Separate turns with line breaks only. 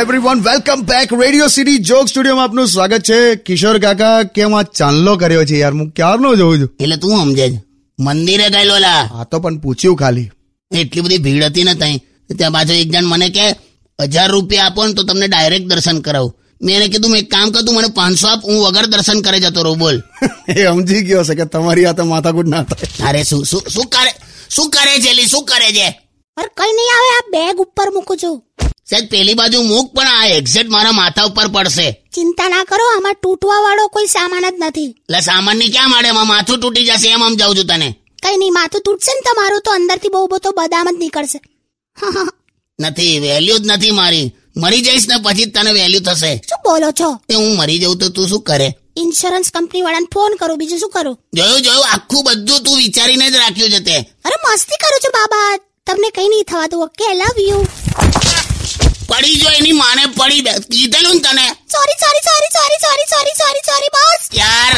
everyone welcome back radio city joke સ્ટુડિયોમાં આપનું સ્વાગત છે કિશોર કાકા કેમ આ ચાંદલો કર્યો છે યાર હું ક્યારનો જોઉં છું
એટલે તું સમજે જ મંદિરે ગયેલો લા
આ તો પણ પૂછ્યું ખાલી
એટલી બધી ભીડ હતી ને ત્યાં ત્યાં પાછો એક જણ મને કે હજાર રૂપિયા આપો ને તો તમને ડાયરેક્ટ દર્શન કરાવું મેં એને કીધું મેં એક કામ કર તું મને પાંચસો આપ હું વગર દર્શન કરે જતો રહું બોલ
એ સમજી ગયો છે કે તમારી આ તો માથાકૂટ ના થાય
અરે શું શું શું કરે શું કરે છે એલી શું કરે છે
પર કઈ નહીં આવે આ બેગ ઉપર મૂકું છું
સાહેબ પેલી બાજુ મૂક પણ આ એક્ઝેક્ટ મારા માથા ઉપર પડશે
ચિંતા ના કરો આમાં તૂટવા વાળો કોઈ સામાન જ નથી
એટલે સામાનની ક્યાં માડે એમાં માથું તૂટી જશે એમ સમજાવું છું તને
કઈ નહીં માથું તૂટશે ને તમારું તો અંદરથી બહુ બધો બદામ જ નીકળશે
નથી વેલ્યુ જ નથી મારી મરી જઈશ ને પછી જ તને વેલ્યુ થશે
શું બોલો છો
એ હું મરી જઉં તો તું શું કરે
ઇન્સ્યોરન્સ કંપની વાળાને ફોન કરું બીજું શું કરું
જોયું જોયું આખું બધું તું વિચારીને જ રાખ્યું છે તે
અરે મસ્તી કરું છું બાબા તમને કઈ નહીં થવાતું ઓકે લવ યુ
પડી જો એની માને પડી બે કીધેલું ને તને
sorry sorry sorry sorry sorry sorry sorry sorry બસ
યાર